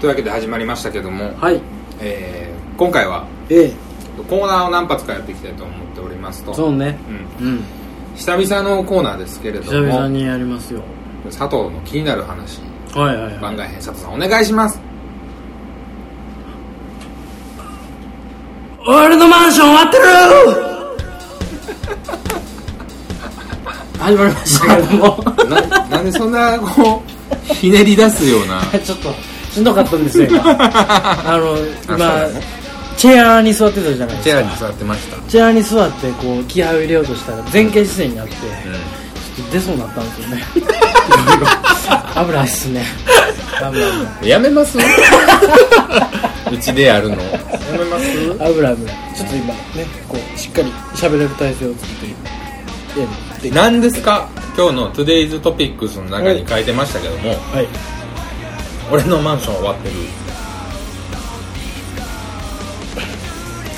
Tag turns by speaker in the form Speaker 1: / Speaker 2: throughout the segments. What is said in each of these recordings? Speaker 1: というわけで始まりましたけども、
Speaker 2: はい
Speaker 1: えー今回は
Speaker 2: ええ
Speaker 1: コーナーを何発かやっていきたいと思っておりますと
Speaker 2: そうね
Speaker 1: うん、
Speaker 2: うん
Speaker 1: 久々のコーナーですけれど
Speaker 2: 久々
Speaker 1: も
Speaker 2: にやりますよ
Speaker 1: 佐藤の気になる話
Speaker 2: はいはいは
Speaker 1: 番外編佐藤さんお願いします
Speaker 2: い俺のマンション終わってる始まりましたけども
Speaker 1: な なんでそんなこうひねり出すような
Speaker 2: ちょっとしんどかったんです よ今あの
Speaker 1: そう
Speaker 2: 今
Speaker 1: だね
Speaker 2: チェアに座ってたじゃないです
Speaker 1: チェ
Speaker 2: か
Speaker 1: アに座ってました、
Speaker 2: チェアに座ってこう気合を入れようとしたら前傾姿勢になって、
Speaker 1: う
Speaker 2: 出そうになったんです よねいろいろ危ないっすね危ない
Speaker 1: ん、やめ ますうちでやるのやめます
Speaker 2: 危ない危ないちょっと今ねこうしっかり喋れる体勢を作ってやって
Speaker 1: 何ですか今日の Today's Topics の中に書いてましたけども
Speaker 2: はい
Speaker 1: 俺のマンション終わってる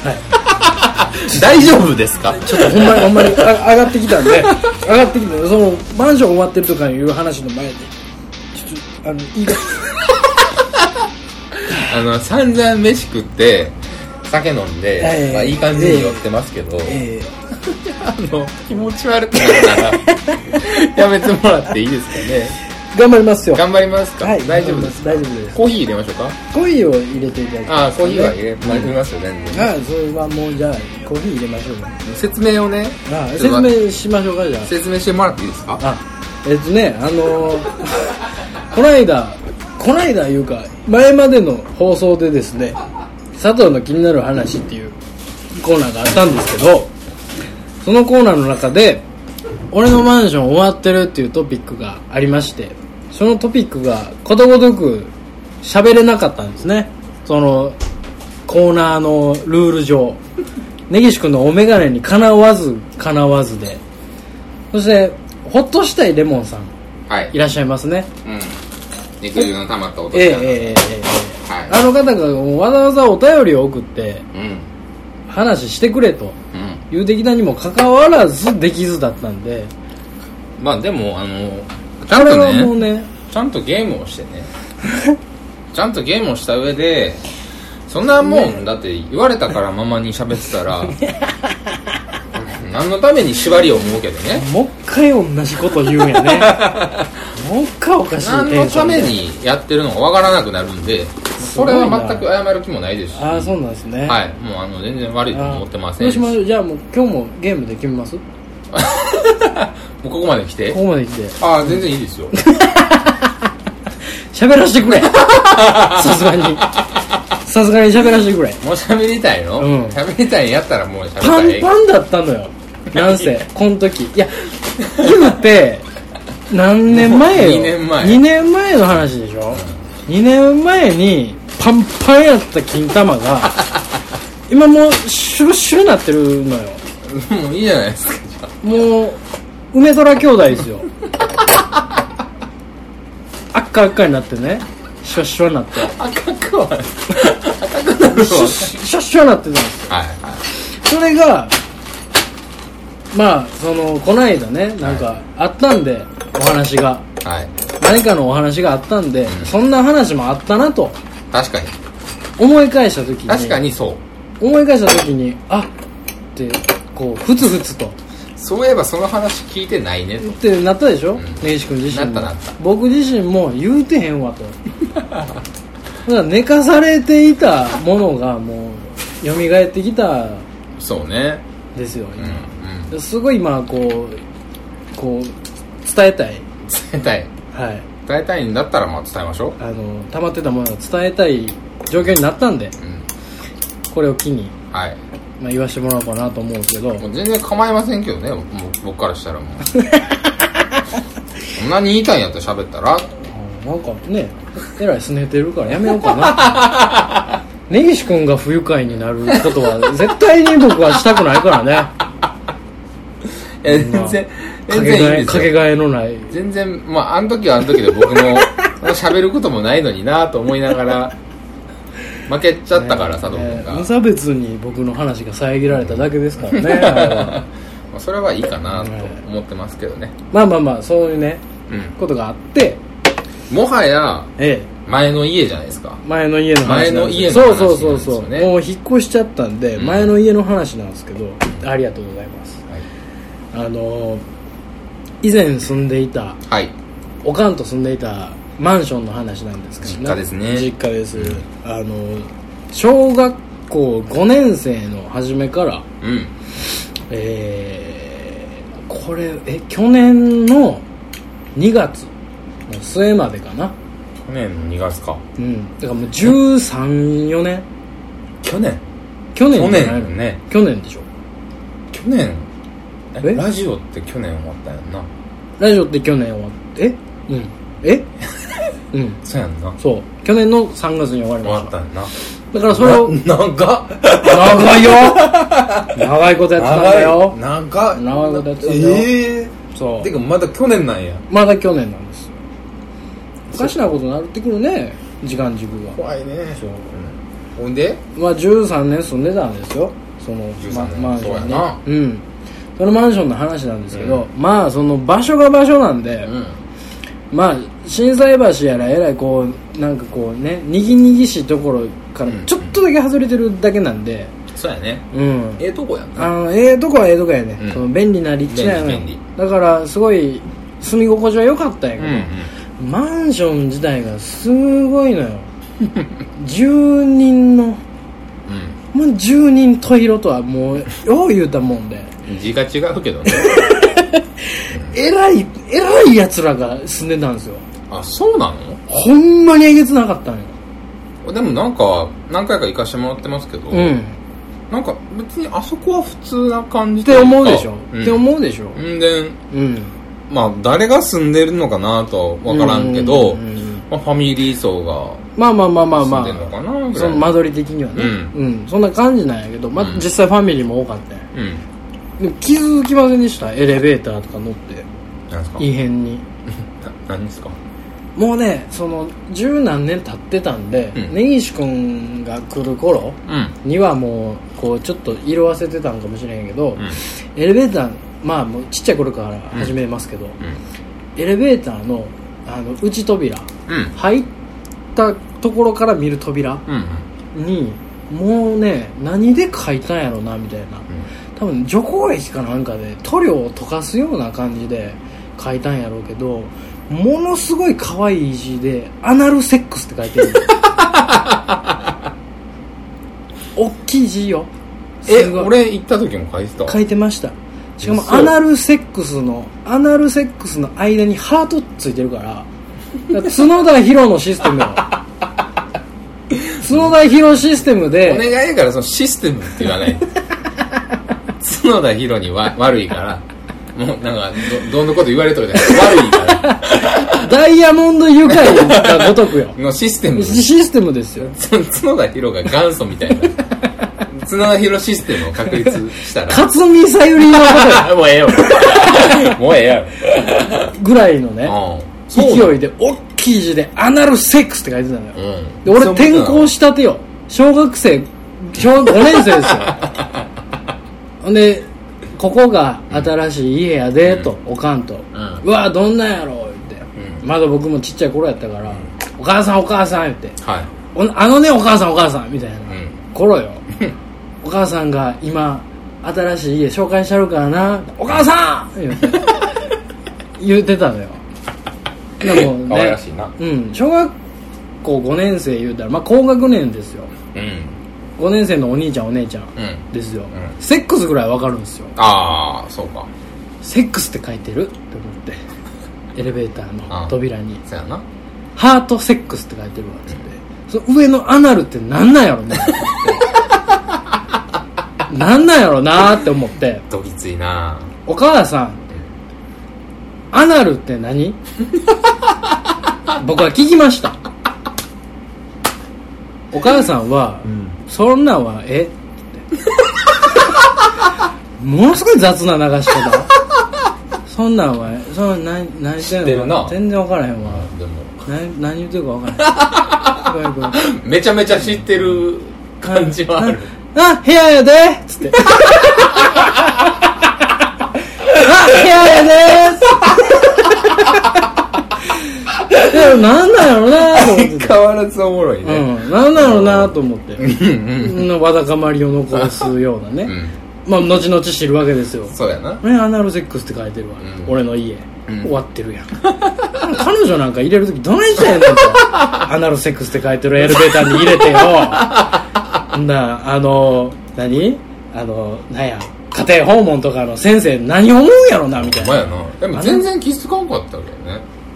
Speaker 2: は
Speaker 1: 大丈夫ですか
Speaker 2: いちょっとほんまにほんまにあ上がってきたんで上がってきたそのマンション終わってるとかいう話の前でちょっとあのいいか
Speaker 1: あの散々飯食って酒飲んで、
Speaker 2: ええ
Speaker 1: まあ、いい感じに酔ってますけど、
Speaker 2: ええ
Speaker 1: あの気持ち悪くなるからやめてもらっていいですかね
Speaker 2: 頑張りますよ
Speaker 1: 頑張りますか、
Speaker 2: はい
Speaker 1: 大丈夫です
Speaker 2: 大丈夫です
Speaker 1: コーヒー入れましょうか
Speaker 2: コーヒーを入れていただき
Speaker 1: ああコーヒーは入れ,、
Speaker 2: うん
Speaker 1: 入れますよ全然、
Speaker 2: はいそれはもうじゃあコーヒー入れましょうか
Speaker 1: 説明をね
Speaker 2: あ
Speaker 1: ちょっ
Speaker 2: 説
Speaker 1: と
Speaker 2: 明しましょうかじゃあ
Speaker 1: 説明してもらっていいですか
Speaker 2: あえっとねあのー この間この間いうか前までの放送でですね佐藤の気になる話っていうコーナーがあったんですけどそのコーナーの中で俺のマンション終わってるっていうトピックがありましてそのトピックがことごとく喋れなかったんですねそのコーナーのルール上根岸君のお眼鏡にかなわずかなわずでそしてほっとしたいレモンさん
Speaker 1: はい
Speaker 2: いらっしゃいますね
Speaker 1: うん肉汁の溜まった音
Speaker 2: ええええ
Speaker 1: ちゃん
Speaker 2: えええ
Speaker 1: はい
Speaker 2: えあの方がわざわざお便りを送って
Speaker 1: うん
Speaker 2: 話してくれと
Speaker 1: うん
Speaker 2: いう的なにもかかわらずできずだったんで
Speaker 1: まあでもあのちゃ
Speaker 2: こ
Speaker 1: ん
Speaker 2: れ
Speaker 1: と
Speaker 2: は
Speaker 1: ね
Speaker 2: もうね
Speaker 1: ちゃんとゲームをして ねちゃんとゲームをした上でそんなもんだって言われたからままに喋ってたら 何のために縛りを設けてね
Speaker 2: もう一回同じこと言うん やねもう一回おかしい
Speaker 1: 何
Speaker 2: テ
Speaker 1: の
Speaker 2: ンショ
Speaker 1: た
Speaker 2: ンで
Speaker 1: めにやってるのかわからなくなるんでそれは全く謝る気もないですし
Speaker 2: ああそうなんですね
Speaker 1: はいもうあの全然悪いと
Speaker 2: あー
Speaker 1: 思ってませ
Speaker 2: ど
Speaker 1: ん
Speaker 2: う
Speaker 1: し
Speaker 2: し
Speaker 1: も
Speaker 2: まし
Speaker 1: う
Speaker 2: ょうじゃあもう今日もゲームで決め ますこ
Speaker 1: ここまで来て
Speaker 2: こまで来て
Speaker 1: ああ全然いいですよ
Speaker 2: 喋らせてくれさすがにさすがに喋らせてくれ
Speaker 1: もう喋りたいの
Speaker 2: うん
Speaker 1: 喋、りたいんやったらもう喋った
Speaker 2: パ
Speaker 1: らえ
Speaker 2: ン
Speaker 1: え
Speaker 2: パンだったのよなんせこの時いや言うて何年前よ
Speaker 1: もう二年前
Speaker 2: 2年前の話でしょ、2年前にパンパンやった金玉が 今もうシュルシュルなってるのよ
Speaker 1: もういいじゃないですかじゃ
Speaker 2: もう梅空兄弟で すよあっかあっかになってねシュワシュワになって
Speaker 1: あ赤くは赤くなるわ
Speaker 2: シュワシュワシュワになってたんです
Speaker 1: はいはい
Speaker 2: それがまあそのこないだねなんかあったんでお話が
Speaker 1: はい。
Speaker 2: 何かのお話があったんで、そんな話もあったなと
Speaker 1: 確かに。
Speaker 2: 思い返した時に
Speaker 1: 確かにそう。
Speaker 2: 思い返した時にあってこうふつふつと
Speaker 1: そういえばその話聞いてないねと。
Speaker 2: ってなったでしょ
Speaker 1: ん
Speaker 2: 根岸、君自身
Speaker 1: な
Speaker 2: も
Speaker 1: ったなった
Speaker 2: 僕自身も言うてへんわと だから寝かされていたものがもう蘇ってきたん
Speaker 1: そうね。
Speaker 2: ですよ、
Speaker 1: う
Speaker 2: 今
Speaker 1: ん。うん。
Speaker 2: すごい今こうこう伝えたい
Speaker 1: 伝えたい。
Speaker 2: はい
Speaker 1: 伝えたいんだったらまあ伝えましょう。
Speaker 2: あの溜まってたものを伝えたい状況になったんで
Speaker 1: うん。
Speaker 2: これを機に、
Speaker 1: はい。
Speaker 2: まあ、言わしてもらおうかなと思うけど
Speaker 1: もう全然構いませんけどね、もう僕からしたら もう。そんなに言いたいんやったら喋ったら
Speaker 2: あなんかねえらいすねてるからやめようかな 根岸君が不愉快になること は絶対に僕はしたくないからね
Speaker 1: え、全然、全
Speaker 2: かけが
Speaker 1: 然い
Speaker 2: え
Speaker 1: いで
Speaker 2: か
Speaker 1: す
Speaker 2: け
Speaker 1: よ。
Speaker 2: がえのない
Speaker 1: 全然、まあ、あの時はあの時で僕も、 喋ることもないのになと思いながら、負けちゃったから、佐藤君
Speaker 2: ね
Speaker 1: が
Speaker 2: 無。差別に僕の話が遮られただけですからねあれは
Speaker 1: まあそれはいいかなと思ってますけどね。
Speaker 2: まあまあまあそういうね
Speaker 1: うん。
Speaker 2: ことがあって
Speaker 1: もはや
Speaker 2: ええ
Speaker 1: 前の家じゃないですか
Speaker 2: 前の家の話なんで
Speaker 1: 前
Speaker 2: す
Speaker 1: の家の話
Speaker 2: そ
Speaker 1: な
Speaker 2: うん
Speaker 1: ですよね
Speaker 2: そうそうそう、もう引っ越しちゃったんで、
Speaker 1: うん
Speaker 2: 前の家の話なんですけどありがとうございます
Speaker 1: は
Speaker 2: あのー以前住んでいた
Speaker 1: い、はい
Speaker 2: おかんと住んでいたマンションの話なんですけど、
Speaker 1: 実家ですね
Speaker 2: 実家です、あのー小学校5年生の初めから
Speaker 1: うん
Speaker 2: えーこれえ去年の2月の末までかな
Speaker 1: 去年の2月か
Speaker 2: うんだからもう134年
Speaker 1: 去年
Speaker 2: 去年
Speaker 1: 去
Speaker 2: じゃないの
Speaker 1: 年ね
Speaker 2: 去年でしょ
Speaker 1: 去年え
Speaker 2: え
Speaker 1: ラジオって去年終わったやんな
Speaker 2: ラジオって去年終わってえうんえ うん
Speaker 1: そうやんな
Speaker 2: そう去年の3月に終わ
Speaker 1: 終
Speaker 2: りま
Speaker 1: わ
Speaker 2: し
Speaker 1: ったたやんな
Speaker 2: だからそれを
Speaker 1: な長っ
Speaker 2: 長い よ長いことやってたんだよ
Speaker 1: 長い
Speaker 2: 長いことやってたんだよ
Speaker 1: ええ
Speaker 2: そう
Speaker 1: てかまだ去年なんや
Speaker 2: まだ去年なんですよおかしなことになってくるね時間軸が
Speaker 1: 怖いね
Speaker 2: そう
Speaker 1: うんほんで
Speaker 2: まあ、13年住んでたんですよそのま
Speaker 1: 13年
Speaker 2: マンション
Speaker 1: そうやな
Speaker 2: ねうんそのマンションの話なんですけど、まあその場所が場所なんで、
Speaker 1: うん
Speaker 2: まあ心斎橋やらえらいこうなんかこうねにぎにぎしいところから
Speaker 1: うん
Speaker 2: ちょっとだけ外れてるだけなんで
Speaker 1: そうやね
Speaker 2: うん
Speaker 1: ええとこやん
Speaker 2: あ
Speaker 1: な
Speaker 2: のええとこはええとこやね、
Speaker 1: うん
Speaker 2: その便利な立地なのよ
Speaker 1: 便利便
Speaker 2: だからすごい住み心地は良かったんや
Speaker 1: う
Speaker 2: け
Speaker 1: ん
Speaker 2: ど、
Speaker 1: うん
Speaker 2: マンション自体がすご いのよ住人のもう十人十色とはもうよう言うたもんで
Speaker 1: うん字が違うけどね
Speaker 2: えらいえらいやつらが住んでたんですよ
Speaker 1: あそうなの
Speaker 2: ほんまにえげつなかったんよ
Speaker 1: でもなんか何回か行かしてもらってますけど、
Speaker 2: うんっ
Speaker 1: なんか別にあそこは普通な感じとい
Speaker 2: て
Speaker 1: うか
Speaker 2: 思うでしょ、
Speaker 1: うん、
Speaker 2: って思うでしょ
Speaker 1: うんで
Speaker 2: うん
Speaker 1: まあ誰が住んでるのかなとは分からんけど、
Speaker 2: うううん
Speaker 1: まあ、ファミリー層が
Speaker 2: まあまあまあまあま
Speaker 1: 住ん
Speaker 2: あ
Speaker 1: でるのかなぐらい、
Speaker 2: その間取り的にはね
Speaker 1: う
Speaker 2: うん、そんな感じなんやけど、まあ
Speaker 1: うん
Speaker 2: 実際ファミリーも多かったんや
Speaker 1: うん
Speaker 2: でも気づきませんでしたエレベーターとか乗って
Speaker 1: なんですか
Speaker 2: 異変に
Speaker 1: な何ですか
Speaker 2: もうねその十何年経ってたんで、
Speaker 1: うん
Speaker 2: 根岸君が来る頃
Speaker 1: うん
Speaker 2: にはもうこうちょっと色あせてたんかもしれへんけど、
Speaker 1: うん
Speaker 2: エレベーターまあもうちっちゃい頃から始めますけど、エレベーターのあの内扉
Speaker 1: うんうん
Speaker 2: 入ったところから見る扉
Speaker 1: うん
Speaker 2: にもうね何で書いたんやろなみたいな多分除光液かなんかで塗料を溶かすような感じで書いたんやろうけどものすごい可愛い字で「アナルセックス」って書 いてる大きい字よ
Speaker 1: え
Speaker 2: すごい
Speaker 1: 俺行った時も書いてた
Speaker 2: 書いてましたしかも
Speaker 1: 嘘
Speaker 2: アナルセックスのアナルセックスの間にハートついてるからだから角田博のシス テムよ角田博システム
Speaker 1: お
Speaker 2: で
Speaker 1: 願いやからそのシステムって言わない 角田博には悪いからもうなんかどどんなこと言われとるじゃない悪いから
Speaker 2: ダイヤモンド愉快がごとくよ
Speaker 1: のシステム
Speaker 2: シシステムですよ
Speaker 1: 角田博が元祖みたいな角田博システムを確立したら
Speaker 2: 勝見さゆりのこ
Speaker 1: もうええ よもうええや
Speaker 2: とぐらいのね
Speaker 1: ろ
Speaker 2: 勢いで大きい字で「アナルセックス」って書いてたのよ
Speaker 1: うん
Speaker 2: で俺転校したてよ小学生小学5年生ですよ ほんでここが新しい家やでと、おかんと、
Speaker 1: う
Speaker 2: うんわどんなんやろ言って、
Speaker 1: うん
Speaker 2: まだ僕もちっちゃい頃やったから、お母さんお母さん言って
Speaker 1: は
Speaker 2: おあのねお母さんお母さんみたいな、
Speaker 1: いうん
Speaker 2: 頃よお母さんが今新しい家紹介してるからなお 母さん言って言ってたのよでもね
Speaker 1: 可愛らしいな
Speaker 2: うん小学校5年生言うたらまあ高学年ですよ
Speaker 1: うん
Speaker 2: 5年生のお兄ちゃんお姉ちゃん
Speaker 1: うん
Speaker 2: ですよ、
Speaker 1: ん
Speaker 2: セックスぐらいわかるんですよ
Speaker 1: ああそうか
Speaker 2: セックスって書いてるって思ってエレベーターの扉に
Speaker 1: そうやな
Speaker 2: ハートセックスって書いてるわっつって、その上のアナルってなんなんやろな なんなんやろなって思って
Speaker 1: どぎついな
Speaker 2: お母さんアナルって何僕は聞きましたお母さんは、
Speaker 1: ん
Speaker 2: そんなんはえってものすごい雑な流し方そんなんはえそんなん何何言ってんの
Speaker 1: 知ってるな
Speaker 2: か全然分からへんわ、
Speaker 1: でも
Speaker 2: 何何言ってるか分か らないごめんごめん
Speaker 1: めちゃめちゃ知ってる感じはある
Speaker 2: ああ部屋やでっつって あ部屋やでーっつってやなんなんやろうなと思って
Speaker 1: 変わらずおもろい
Speaker 2: た、
Speaker 1: ね
Speaker 2: うん、なんなんやろうなと思って
Speaker 1: うんうん
Speaker 2: うんわだかまりを残すようなね、
Speaker 1: うん
Speaker 2: まあ後々知るわけですよ
Speaker 1: そうやな
Speaker 2: ね、アナルセックスって書いてるわ、
Speaker 1: うん
Speaker 2: 俺の家、
Speaker 1: うん
Speaker 2: 終わってるやん 彼女なんか入れる時どないしてんのとアナルセックスって書いてるエレベーターに入れてよ なあの何あのなんや家庭訪問とかの先生何思うんやろなみたい
Speaker 1: お前
Speaker 2: な
Speaker 1: やなでも全然気づかんかったけどね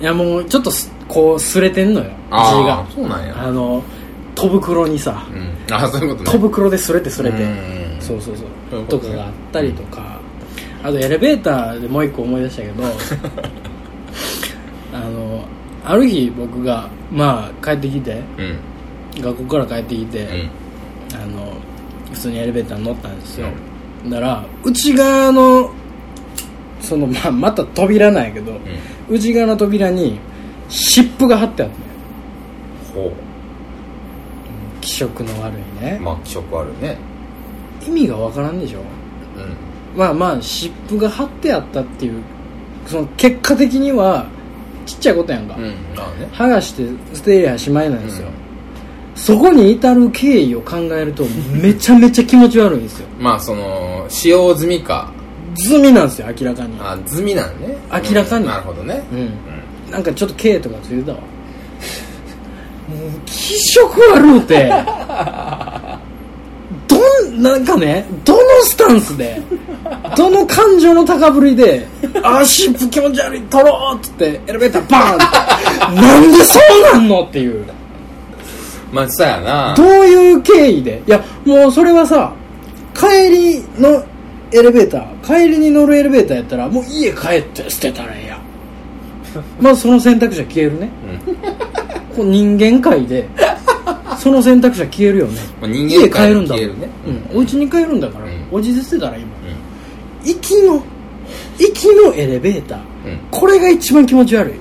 Speaker 2: いやもうちょっとすこうすれてんのよ字
Speaker 1: あ
Speaker 2: が
Speaker 1: あそうなんや
Speaker 2: あの戸袋にさ
Speaker 1: うんあそういうことね
Speaker 2: 戸袋ですれてすれて、
Speaker 1: うん
Speaker 2: そうそうそう
Speaker 1: そういうこと
Speaker 2: と
Speaker 1: ね
Speaker 2: かがあったりとか、あとエレベーターでもう一個思い出したけ どあのある日僕がまあ帰ってきて
Speaker 1: うん
Speaker 2: 学校から帰ってきて、
Speaker 1: うん
Speaker 2: あの普通にエレベーターに乗ったんですよ、だから内側のその、まあ、また扉なんやけど、内側の扉に湿布が貼ってあるのよ
Speaker 1: ほ
Speaker 2: 気色の悪いうね、
Speaker 1: まあ気色あるね
Speaker 2: 意味がわからんでしょ
Speaker 1: うん
Speaker 2: まあまあ湿布が貼ってあったっていうその結果的にはちっちゃいことやんか、
Speaker 1: うんまあね
Speaker 2: 剥がして捨てりゃしまいなんですよ、そこに至る経緯を考えるとめちゃめちゃ気持ち悪いんですよ
Speaker 1: まあその使用済みか
Speaker 2: 済みなんですよ明らかに
Speaker 1: あ済みなんね
Speaker 2: 明らかに
Speaker 1: うんなるほどね
Speaker 2: うん
Speaker 1: う
Speaker 2: なんかちょっと K とかついてたわもう気色悪うてどんなんかねどのスタンスでどの感情の高ぶりで「あーシップ気持ち悪い取ろう!」っつってエレベーターバーン ってなんでそうなんのっていう
Speaker 1: まあそうやな
Speaker 2: どういう経緯でいやもうそれはさ帰りのエレベーター帰りに乗るエレベーターやったらもう家帰って捨てたらええやんまあその選択肢は消えるね
Speaker 1: うん
Speaker 2: こう人間界 でその選択肢は消えるよね
Speaker 1: まあ人
Speaker 2: 家
Speaker 1: 間
Speaker 2: 帰
Speaker 1: 界
Speaker 2: る
Speaker 1: に
Speaker 2: んだ
Speaker 1: 消えるね
Speaker 2: うん、お家に帰るんだから、
Speaker 1: うん
Speaker 2: お家で捨てたら今
Speaker 1: うん
Speaker 2: 行きの行きのエレベーター
Speaker 1: うん
Speaker 2: これが一番気持 ち悪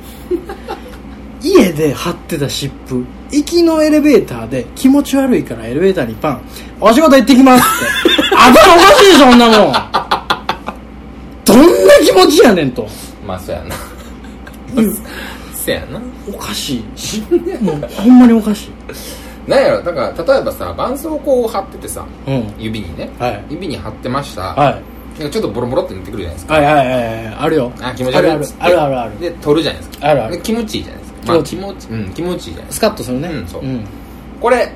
Speaker 2: い家で貼ってた湿布行きのエレベーターで気持ち悪いからエレベーターにパン「お仕事行ってきます」 って頭おかしいでしょそんなもんどんな気持ちやねんと
Speaker 1: まあそうやな そうやな
Speaker 2: おかし いしもうほんまにおかしい
Speaker 1: なんやろだから例えばさ絆創膏を貼っててさ
Speaker 2: うん
Speaker 1: 指にね
Speaker 2: はい
Speaker 1: 指に貼ってました
Speaker 2: はい
Speaker 1: なんかちょっとボロボロって塗ってくるじゃないですか
Speaker 2: はいはいはいはいあるよ
Speaker 1: あ気持ち悪い
Speaker 2: あ
Speaker 1: っ
Speaker 2: る
Speaker 1: つって
Speaker 2: あるあるあるある
Speaker 1: で取るじゃないですか
Speaker 2: あるある
Speaker 1: で気持ちいいじゃないですかまあ
Speaker 2: 気
Speaker 1: 気持ちうん気持ちいいじゃないです
Speaker 2: スカッとするね
Speaker 1: うんそうんかこれ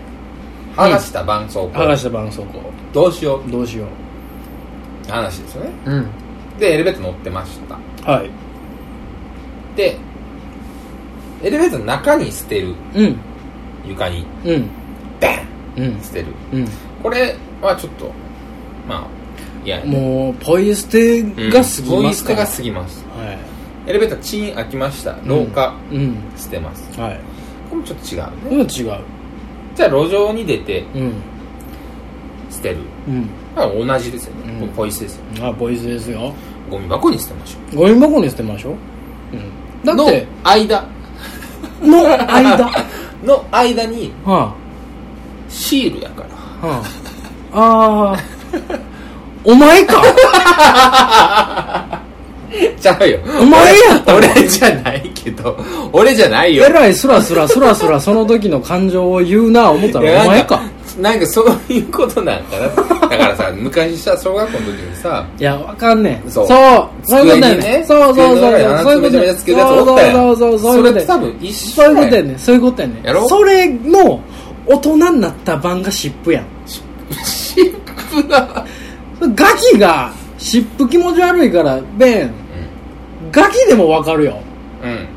Speaker 1: 剥がした絆創
Speaker 2: 剥がし
Speaker 1: 膏
Speaker 2: た絆創膏
Speaker 1: どうしよう
Speaker 2: どうしよ
Speaker 1: って話ですよね
Speaker 2: ううん
Speaker 1: でエレベーター乗ってました
Speaker 2: はい
Speaker 1: でエレベーターの中に捨てる
Speaker 2: うん
Speaker 1: 床に
Speaker 2: うん
Speaker 1: バン
Speaker 2: うん
Speaker 1: 捨てる
Speaker 2: うん
Speaker 1: これはちょっとまあ嫌やね
Speaker 2: もうポイ捨てが過ぎ
Speaker 1: ポ
Speaker 2: ま
Speaker 1: イ
Speaker 2: す
Speaker 1: 捨
Speaker 2: か
Speaker 1: て
Speaker 2: ら
Speaker 1: が過ぎます
Speaker 2: はい
Speaker 1: エレベーターチーン開きました廊下
Speaker 2: うん
Speaker 1: 捨てます
Speaker 2: うんはい
Speaker 1: これもちょっと違うね
Speaker 2: うん違う
Speaker 1: じゃあ路上に出て
Speaker 2: うん
Speaker 1: 捨てる
Speaker 2: うん
Speaker 1: まあ同じですよね、
Speaker 2: うん
Speaker 1: ポイ捨てですよ
Speaker 2: あポイ捨てですよ
Speaker 1: ゴミ箱に捨てましょ
Speaker 2: ゴミ箱に捨てましょううんだ
Speaker 1: う
Speaker 2: って
Speaker 1: の間
Speaker 2: の 間
Speaker 1: の間に
Speaker 2: は
Speaker 1: シールやから
Speaker 2: あはああーお前か
Speaker 1: ちゃうよ
Speaker 2: お前やったの
Speaker 1: 俺じゃないけど俺じゃないよ
Speaker 2: えらいスラスラスラスラその時の感情を言うな思った
Speaker 1: いや
Speaker 2: らお前か
Speaker 1: なんかそういうことなんかなだから さ昔さ小学校の時にさ
Speaker 2: いやわかんねん
Speaker 1: そう
Speaker 2: そうそうい
Speaker 1: 机
Speaker 2: うことや
Speaker 1: に
Speaker 2: ね
Speaker 1: ね
Speaker 2: そうそうそうそう
Speaker 1: 机
Speaker 2: い
Speaker 1: の裏
Speaker 2: う
Speaker 1: に
Speaker 2: ことやね
Speaker 1: 穴つけるやつおったやん
Speaker 2: そうそうそうそうい
Speaker 1: そ
Speaker 2: うこと
Speaker 1: れ
Speaker 2: や
Speaker 1: 多分一緒
Speaker 2: そういうこと
Speaker 1: や
Speaker 2: やねんそういうことやねん
Speaker 1: やろ
Speaker 2: それの大人になった版が湿布やん
Speaker 1: 湿布が
Speaker 2: ガキが湿布気持ち悪いからベンガキでもわかるよ
Speaker 1: うんうん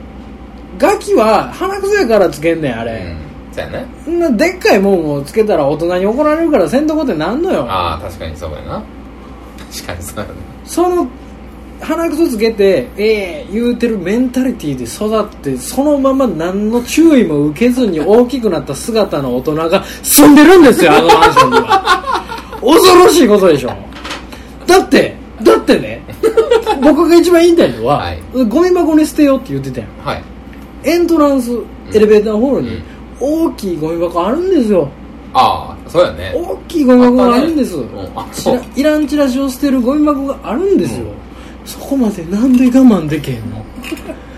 Speaker 2: ガキは鼻くそやからつけんねんあ
Speaker 1: う
Speaker 2: れ、
Speaker 1: んそうやね
Speaker 2: そんなでっかいもんをつけたら大人に怒られるからせんとこってなんのよ
Speaker 1: ああ確かにそうやな確かにそうやな
Speaker 2: その鼻くそつけてええ言うてるメンタリティーで育ってそのまま何の注意も受けずに大きくなった姿の大人が住んでるんですよあのマンション には恐ろしいことでしょだってだってね僕が一番言いたいのは、
Speaker 1: はい
Speaker 2: ゴミ箱に捨てようって言ってたやん
Speaker 1: はい
Speaker 2: エントランスエレベーターホール
Speaker 1: う
Speaker 2: に
Speaker 1: ん
Speaker 2: 大きいゴミ箱あるんですよ
Speaker 1: ああそうやね
Speaker 2: 大きいゴミ箱があるんです、
Speaker 1: うんあ
Speaker 2: ち
Speaker 1: そう
Speaker 2: らいらんチラシを捨てるゴミ箱があるんです
Speaker 1: う
Speaker 2: よ、
Speaker 1: ん
Speaker 2: そこまでなんで我慢できへんの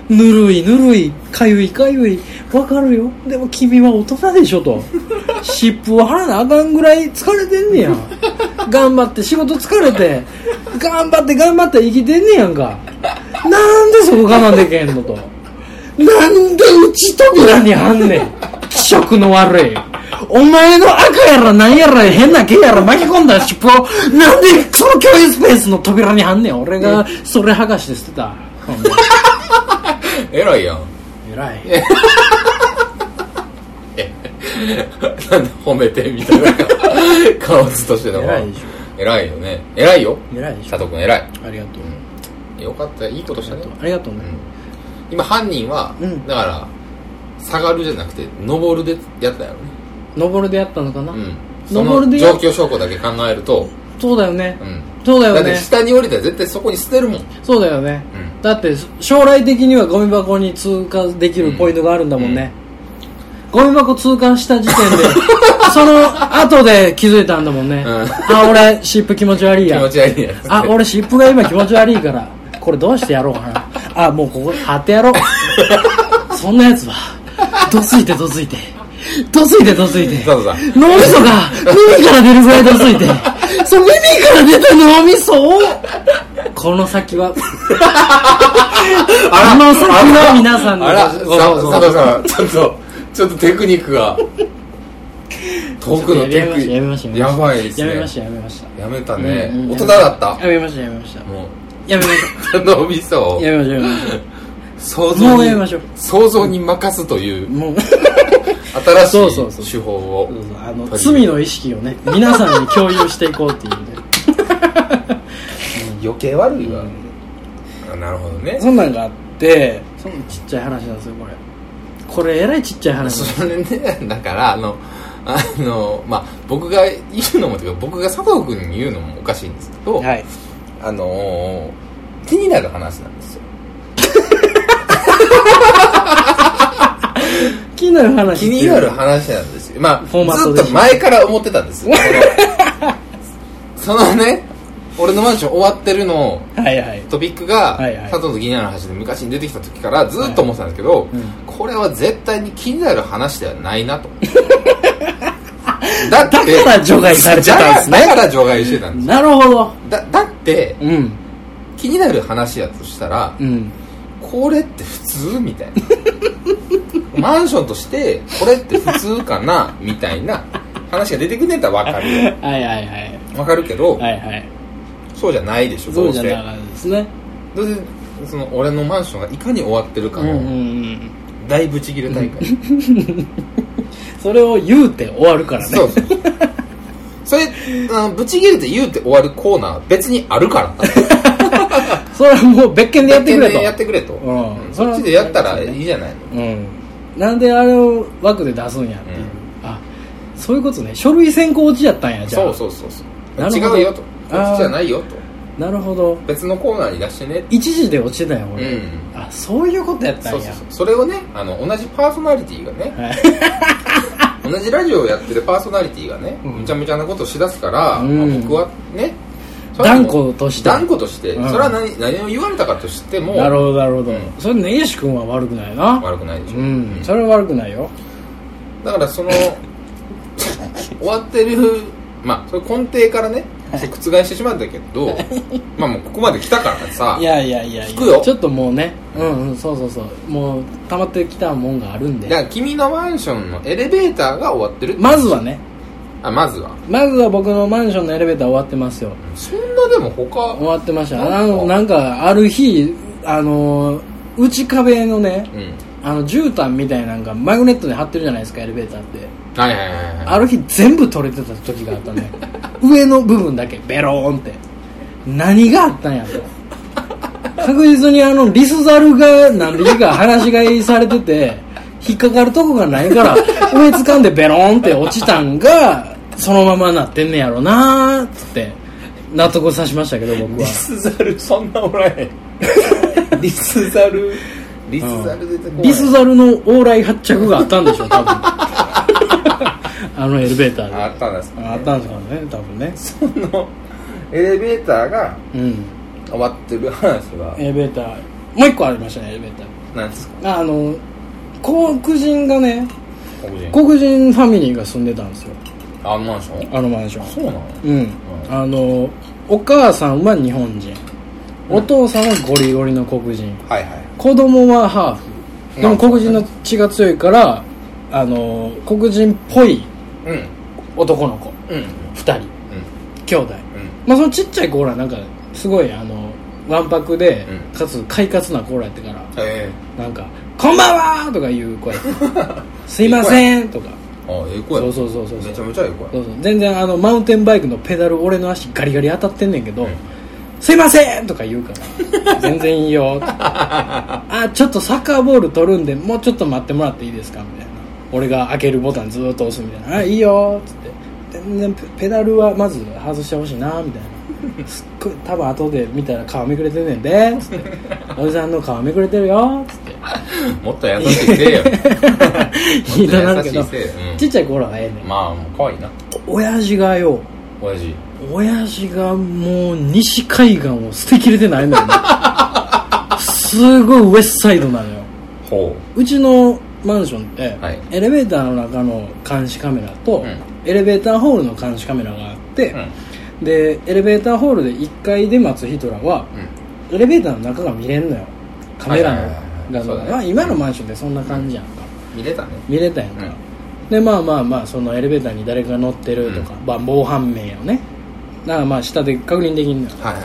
Speaker 2: ぬるいぬるいかゆいかゆいわかるよでも君は大人でしょと湿布を貼らなあかんぐらい疲れてんねや頑張って仕事疲れて頑張って頑張って生きてんねやんかなんでそこ我慢できへんのとなんで内扉にあんねん気色の悪いお前の赤やら何やら変な毛やら巻き込んだ尻尾をなんでその共有スペースの扉にあんねん俺がそれ剥がして捨てたほんま
Speaker 1: エロいやん
Speaker 2: 偉い
Speaker 1: なんで褒めてみたいな顔ずっとしてたから
Speaker 2: 偉いでし
Speaker 1: 偉いよね偉いよ
Speaker 2: 偉いでしょ
Speaker 1: 佐藤君偉
Speaker 2: ありがとう
Speaker 1: いよかったいいことしたね
Speaker 2: ありがとうね、
Speaker 1: 今犯人は、
Speaker 2: うん
Speaker 1: だから下がるじゃなくて上るでやったやろね
Speaker 2: 登るでやったのかな、
Speaker 1: うんそ
Speaker 2: 登る
Speaker 1: の
Speaker 2: で
Speaker 1: 状
Speaker 2: や
Speaker 1: 況証拠だけ考えると
Speaker 2: そうだよね、
Speaker 1: うん
Speaker 2: そうだ
Speaker 1: だ
Speaker 2: よ
Speaker 1: って
Speaker 2: ね
Speaker 1: 下に降りたら絶対そこに捨てるもん
Speaker 2: そうだよね、
Speaker 1: うん
Speaker 2: だって将来的にはゴミ箱に通過できるポイントがあるんだもんね、ゴミ箱通過した時点で その後で気づいたんだもんね、
Speaker 1: うん
Speaker 2: あ俺湿布気持ち悪い
Speaker 1: 気
Speaker 2: や
Speaker 1: 持ち悪いやつ
Speaker 2: あ俺湿布が今気持ち悪いからこれどうしてやろうかなあもうここ貼ってや ろうそんなやつはどついてどついてどついてどついて
Speaker 1: 佐藤さん
Speaker 2: 脳みそが耳から出るぐらいどついてその耳から出た脳みそをこの先はこの先は皆さんの
Speaker 1: あら、
Speaker 2: ご想像
Speaker 1: さ佐藤さん、ちょっと、ちょっとテクニック が。遠くのテクニック。
Speaker 2: やめました
Speaker 1: やばいです
Speaker 2: や
Speaker 1: ね。
Speaker 2: めましたやめました
Speaker 1: やめたね
Speaker 2: うんうん。
Speaker 1: 大人だった
Speaker 2: や。めましたやめました
Speaker 1: もう、
Speaker 2: やめまし
Speaker 1: 脳みそ
Speaker 2: た
Speaker 1: を
Speaker 2: やめましたやめました
Speaker 1: 想
Speaker 2: もうやめ
Speaker 1: 像
Speaker 2: ま
Speaker 1: に
Speaker 2: しょう、
Speaker 1: 想像に任すという、
Speaker 2: もう
Speaker 1: 新し
Speaker 2: そうそうそう
Speaker 1: い手法を
Speaker 2: そうそうあの。
Speaker 1: 取り
Speaker 2: 罪
Speaker 1: 入れ
Speaker 2: の意識をね皆さんに共有していこうっていうね
Speaker 1: 余計悪いわ。あなるほどね。
Speaker 2: そんなんがあってそんなちっちゃい話なんですよこれこれえらいちっちゃい話
Speaker 1: それね、だから、あの、あの、まあ、僕が言うのも、てか僕が佐藤君に言うのもおかしいんですけど、
Speaker 2: はい
Speaker 1: あのー気になる話なんですよ。
Speaker 2: 気になる話って
Speaker 1: 気に
Speaker 2: いう
Speaker 1: なる話なんですよ。まあ、
Speaker 2: フォーマットで
Speaker 1: ずっと前から思ってたんです。 このそのね、俺のマンション終わってるの
Speaker 2: はいはい
Speaker 1: トピックが、
Speaker 2: はいはい
Speaker 1: 佐藤と気になる話で昔に出てきた時からずっと思ってたんですけど、
Speaker 2: いうん
Speaker 1: これは絶対に気になる話ではないな と。だって、
Speaker 2: だから除外されてたんです
Speaker 1: だ
Speaker 2: ね
Speaker 1: からだから除外してたんですよ
Speaker 2: なるほど
Speaker 1: だだって、
Speaker 2: うん
Speaker 1: 気になる話やとしたら、
Speaker 2: うん
Speaker 1: これって普通みたいな マンションとしてこれって普通かなみたいな話が出てくんねんやったら分かるよ
Speaker 2: はいはいはい
Speaker 1: 分かるけど、
Speaker 2: はいはい
Speaker 1: そうじゃないでしょ
Speaker 2: そ
Speaker 1: ど
Speaker 2: う
Speaker 1: う
Speaker 2: じ
Speaker 1: せ
Speaker 2: ゃなかったですね
Speaker 1: どうせその俺のマンションがいかに終わってる
Speaker 2: う
Speaker 1: か
Speaker 2: んうんう
Speaker 1: の
Speaker 2: ん
Speaker 1: 大ブチギレ大会、
Speaker 2: それを言うて終わるからね
Speaker 1: そうそうそれあのブチギレって言うて終わるコーナー別にあるからな
Speaker 2: それはもう別件 でやってくれ
Speaker 1: 全然やっ
Speaker 2: と
Speaker 1: てくれと、
Speaker 2: うん
Speaker 1: うんそっちでやったらいいじゃないの
Speaker 2: うんなんであれを枠で出すんやっていう
Speaker 1: うん
Speaker 2: あそういうことね書類選考落ちやったんやじゃあ
Speaker 1: そうそうそうそう
Speaker 2: なるほど
Speaker 1: 違うよとこ
Speaker 2: あー
Speaker 1: っちじゃないよと
Speaker 2: なるほど
Speaker 1: 別のコーナーに出してね
Speaker 2: 一時で落ちてたよ
Speaker 1: う
Speaker 2: 俺、
Speaker 1: ん
Speaker 2: あそういうことやったん
Speaker 1: そう
Speaker 2: や
Speaker 1: そうそうそれをねあの同じパーソナリティがね
Speaker 2: はい
Speaker 1: 同じラジオをやってるパーソナリティがね、
Speaker 2: うん
Speaker 1: むちゃむちゃなことをしだすから、
Speaker 2: うん
Speaker 1: まあ僕はねそれはも
Speaker 2: 断
Speaker 1: う
Speaker 2: 固として
Speaker 1: 断固として、
Speaker 2: うん
Speaker 1: それは何何を言われたかとしても
Speaker 2: なるほどなるほど、
Speaker 1: うん
Speaker 2: それ根岸君は悪くないな
Speaker 1: 悪くないでしょ、
Speaker 2: う
Speaker 1: うんん
Speaker 2: それは悪くないよ
Speaker 1: だからその終わってるまあそれ根底からね覆してしまうんだけど まあもうここまで来たからさ
Speaker 2: いやいやいやいや
Speaker 1: 聞くよ
Speaker 2: ちょっともうねうんうんそうそうそうもう溜まってきたもんがあるん
Speaker 1: だか
Speaker 2: で
Speaker 1: ら君のマンションのエレベーターが終わってる
Speaker 2: まずはね
Speaker 1: あまずは
Speaker 2: まずは僕のマンションのエレベーター終わってますよ
Speaker 1: そんなでも他
Speaker 2: 終わってました
Speaker 1: あ
Speaker 2: あのなんかある日あの内壁のね
Speaker 1: うん
Speaker 2: あの絨毯みたいなんかマグネットで貼ってるじゃないですかエレベーターって
Speaker 1: はいはいはいはい
Speaker 2: ある日全部取れてた時があったね 上の部分だけベローンって何があったんやと確実にあのリスザルが何でいいか話し飼いされてて引っかかるとこがないから上掴んでベローンって落ちたんがそのままなってんねやろなーっつって納得さしましたけど僕
Speaker 1: リ
Speaker 2: は
Speaker 1: スザルそんなおら へんリスザルリスザル出てこない
Speaker 2: リスザルの往来発着があったんでしょ多 分あのエレベーターで
Speaker 1: あったんです
Speaker 2: あったんですからね多分ね
Speaker 1: そのエレベーターが
Speaker 2: うん
Speaker 1: 終わってる話は
Speaker 2: エレベーターもう一個ありましたねエレベーター
Speaker 1: なんですか
Speaker 2: あの黒人がね
Speaker 1: 黒人
Speaker 2: 黒人ファミリーが住んでたんですよ
Speaker 1: あのマンション
Speaker 2: あのマンション
Speaker 1: そうなの
Speaker 2: うん、あのお母さんは日本人お父さんはゴリゴリの黒人
Speaker 1: はいはい
Speaker 2: 子供はハーフでも黒人の血が強いからあの黒人っぽい
Speaker 1: うん
Speaker 2: 男の子
Speaker 1: うん
Speaker 2: 2人
Speaker 1: うん
Speaker 2: 兄
Speaker 1: う
Speaker 2: 弟
Speaker 1: ん
Speaker 2: まあそのちっちゃい子らなんかすごいあのわんぱくで、
Speaker 1: うん
Speaker 2: かつ快活な子らやってから
Speaker 1: え
Speaker 2: なんか「こんばんは!」とか言う 声「すいません!」とか
Speaker 1: えあええ子や
Speaker 2: そうそうそうそう
Speaker 1: めちゃめちゃええ子や
Speaker 2: そうそう全然あのマウンテンバイクのペダル俺の足ガリガリ当たってんねんけど
Speaker 1: う
Speaker 2: 「
Speaker 1: ん
Speaker 2: すいません!」とか言うから「全然い いよ」あちょっとサッカーボール取るんでもうちょっと待ってもらっていいですか」みたいな俺が開けるボタンずーっと押すみたいな「あいいよ」っつって全然ペペダルはまず外してほしいなみたいなすっごい多分後で見たら顔めくれてんねんでつっておじさんの顔めくれてるよつって
Speaker 1: もっと優しいせえよ
Speaker 2: 言 いたなるけ
Speaker 1: 優
Speaker 2: ど
Speaker 1: しいせいうん
Speaker 2: ちっちゃい頃はええねん
Speaker 1: まあもう可愛いな
Speaker 2: 親父がよ
Speaker 1: 親父
Speaker 2: 親父がもう西海岸を捨てきれてないの よ、ね、すごいウエストサイドなのよ
Speaker 1: ほ
Speaker 2: うちのマンションって、
Speaker 1: はい
Speaker 2: エレベーターの中の監視カメラと、
Speaker 1: うん
Speaker 2: エレベーターホールの監視カメラがあって、
Speaker 1: ううん
Speaker 2: でエレベーターホールで1階で待つ人らは
Speaker 1: うん
Speaker 2: エレベーターの中が見れんのよカメラの画像
Speaker 1: はいはいはいはいそうだ
Speaker 2: が、
Speaker 1: ね
Speaker 2: まあ、今のマンションってそんな感じやんか、
Speaker 1: 見れたね
Speaker 2: 見れたやんか、
Speaker 1: うん
Speaker 2: でまあまあまあそのエレベーターに誰かが乗ってるとか、
Speaker 1: う
Speaker 2: まあ、防犯面やをねだからまあ下で確認できんのよ
Speaker 1: はいはい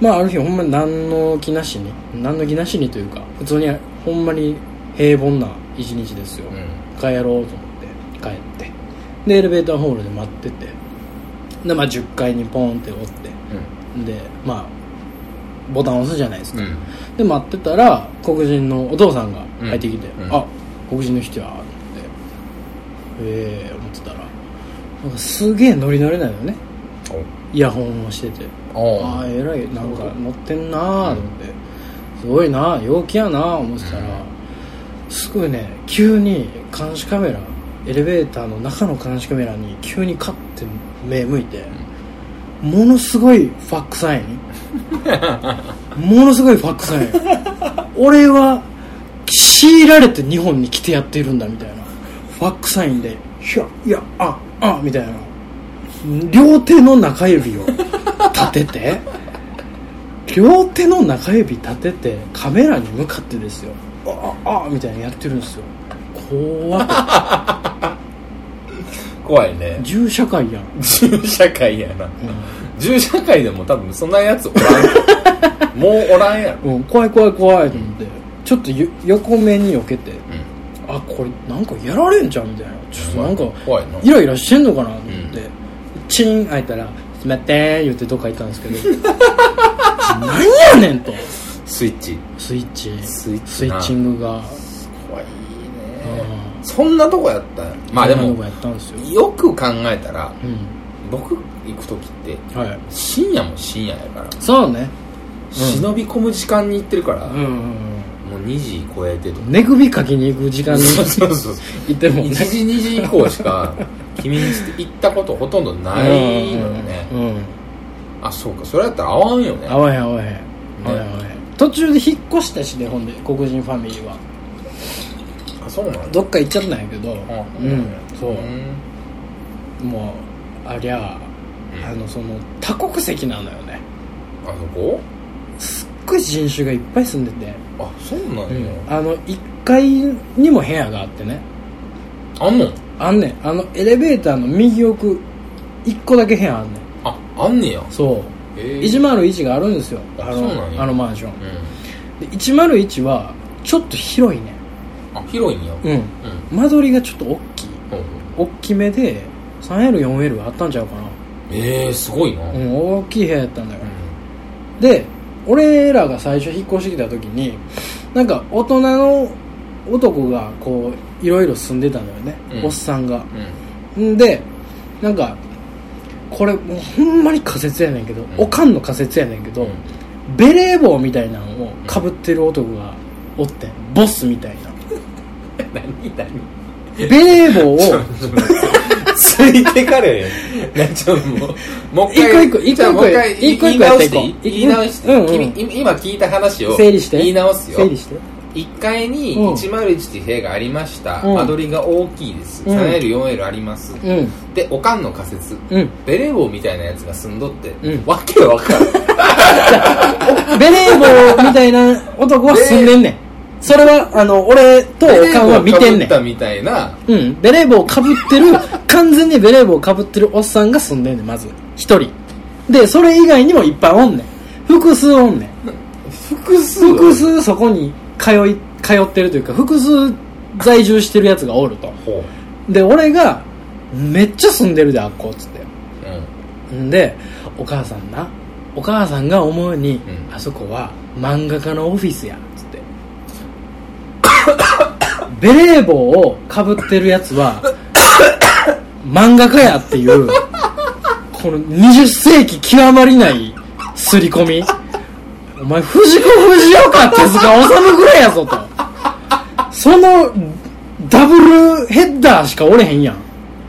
Speaker 2: まあある日ほんまに何の気なしに何の気なしにというか普通にほんまに平凡な一日ですよ、
Speaker 1: うん
Speaker 2: 帰ろうと思って帰ってでエレベーターホールで待っててでまあ10階にポーンっておってでまあボタン押すじゃないです
Speaker 1: うん
Speaker 2: か、
Speaker 1: うん
Speaker 2: で待ってたら黒人のお父さんが入ってきて、
Speaker 1: うんうん
Speaker 2: あ黒人の人やと思ってええ思ってたらなんかすげえノリノリなのよねイヤホンをしてて
Speaker 1: おお
Speaker 2: ああ
Speaker 1: う
Speaker 2: えらいなんか乗ってんなーと思って、すごいなー陽気やなー思ってたら、すごいね急に監視カメラエレベーターの中の監視カメラに急にカッて目向いて、ものすごいファックサインものすごいファックサイン俺は強いられて日本に来てやっているんだみたいなファックサインで「ひゃいやああみたいな両手の中指を立てて両手の中指立ててカメラに向かってですよあああみたいなのやってるんですよ怖っ
Speaker 1: 怖いね
Speaker 2: 銃社会やん、
Speaker 1: 銃社会やな
Speaker 2: う
Speaker 1: 銃社会でも多分そんなやつおら んもうおらんやろ
Speaker 2: んうん、怖い怖い怖いと思ってちょっとよ横目に避けて
Speaker 1: う
Speaker 2: あこれなんかやられんじゃんみたいなちょっとなんか
Speaker 1: 怖いな
Speaker 2: イライラしてんのかなと思って、チーン開いたら「すいません」言ってどっか行ったんですけど 何やねんと
Speaker 1: んスイッチ
Speaker 2: スイッチ
Speaker 1: スイッチな
Speaker 2: チングが、
Speaker 1: 怖いね
Speaker 2: うん
Speaker 1: そんなとこやったんやまあで
Speaker 2: そんな
Speaker 1: も
Speaker 2: のがやったんですよ
Speaker 1: よく考えたら
Speaker 2: うん
Speaker 1: 僕行く時って
Speaker 2: はい
Speaker 1: 深夜も深夜やから
Speaker 2: そうね
Speaker 1: 忍び込む時間に行ってるから
Speaker 2: う
Speaker 1: も
Speaker 2: ん
Speaker 1: う2時超えてとか
Speaker 2: 寝首かきに行く時間に
Speaker 1: そうそうそう
Speaker 2: 行ってるもん
Speaker 1: 1
Speaker 2: ね
Speaker 1: 時2時以降しか君に行ったことほとんどないのよね
Speaker 2: うんうん
Speaker 1: あそうかそれやったら合わんよね
Speaker 2: 合わへん合わへん合わへん合わへん途中で引っ越したしねほんで黒人ファミリーは
Speaker 1: あそうなんだ
Speaker 2: どっか行っちゃったんやけど
Speaker 1: あ
Speaker 2: うんそ
Speaker 1: ん
Speaker 2: うもうありゃ
Speaker 1: うん
Speaker 2: あのその多国籍なのよね
Speaker 1: あそこ
Speaker 2: すっごい人種がいっぱい住んでて
Speaker 1: あそうなんや、
Speaker 2: あの1階にも部屋があってね
Speaker 1: あんの
Speaker 2: あんねんあのエレベーターの右奥1個だけ部屋あんねん
Speaker 1: ああんねや
Speaker 2: そう
Speaker 1: えー
Speaker 2: 101があるんですよあ
Speaker 1: そうなん
Speaker 2: の
Speaker 1: や
Speaker 2: あのマンション
Speaker 1: うん
Speaker 2: で101はちょっと広いね
Speaker 1: あ広いんやうん
Speaker 2: うん間取りがちょっと大きい大きめで 3L4L あったんちゃうか
Speaker 1: えー、すごいな
Speaker 2: な、
Speaker 1: う
Speaker 2: うんん、大きい部屋やったんだからで俺らが最初引っ越してきた時になんか大人の男がこういろいろ住んでたのよね、
Speaker 1: うん
Speaker 2: おっさんが
Speaker 1: うん
Speaker 2: んでなんかこれもうほんまに仮説やねんけど、
Speaker 1: ん
Speaker 2: おかんの仮説やねんけど、ベレー帽みたいなのをかぶってる男がおってんボスみたいな
Speaker 1: 何何
Speaker 2: ベレー帽を
Speaker 1: ついてかれ へんなちょっともうもう
Speaker 2: 一個一個
Speaker 1: じゃあもう一回
Speaker 2: 一個
Speaker 1: 言
Speaker 2: 一個
Speaker 1: い直していい
Speaker 2: 一個一個
Speaker 1: 言い直していい
Speaker 2: うんうん
Speaker 1: 君今聞いた話を
Speaker 2: 整理して
Speaker 1: 言い直すよ
Speaker 2: 整理して
Speaker 1: 1階に
Speaker 2: うん
Speaker 1: 101っていう部屋がありました、
Speaker 2: うん
Speaker 1: 間取りが大きいです、
Speaker 2: うん
Speaker 1: 3L4L あります、
Speaker 2: うん
Speaker 1: でおかんの仮説、
Speaker 2: うん
Speaker 1: ベレー帽みたいなやつが住んどって、
Speaker 2: うん
Speaker 1: わけわかる
Speaker 2: ベレー帽みたいな男は住んでんねんそれはあの俺とおかんは見てんね
Speaker 1: ベレー帽を被っ
Speaker 2: ん
Speaker 1: たみたいな
Speaker 2: うん、ベレー帽をかぶってる、完全にベレー帽をかぶってるおっさんが住んでんねん、まず。一人。で、それ以外にもいっぱいおんねん。複数おんねん。
Speaker 1: 複数
Speaker 2: 複数そこに通い、通ってるというか、複数在住してるやつがおると。
Speaker 1: ほ
Speaker 2: で、俺が、めっちゃ住んでるで、あっこっつって。
Speaker 1: ううん
Speaker 2: んでお母さんなお母さんが思うに、
Speaker 1: うん
Speaker 2: あそこは漫画家のオフィスやつって ベレー帽をかぶってるや つは漫画家やっていうこの20世紀極まりない刷り込みお前藤子不二雄か手塚治虫ぐらいやぞとそのダブルヘッダーしかおれへんやん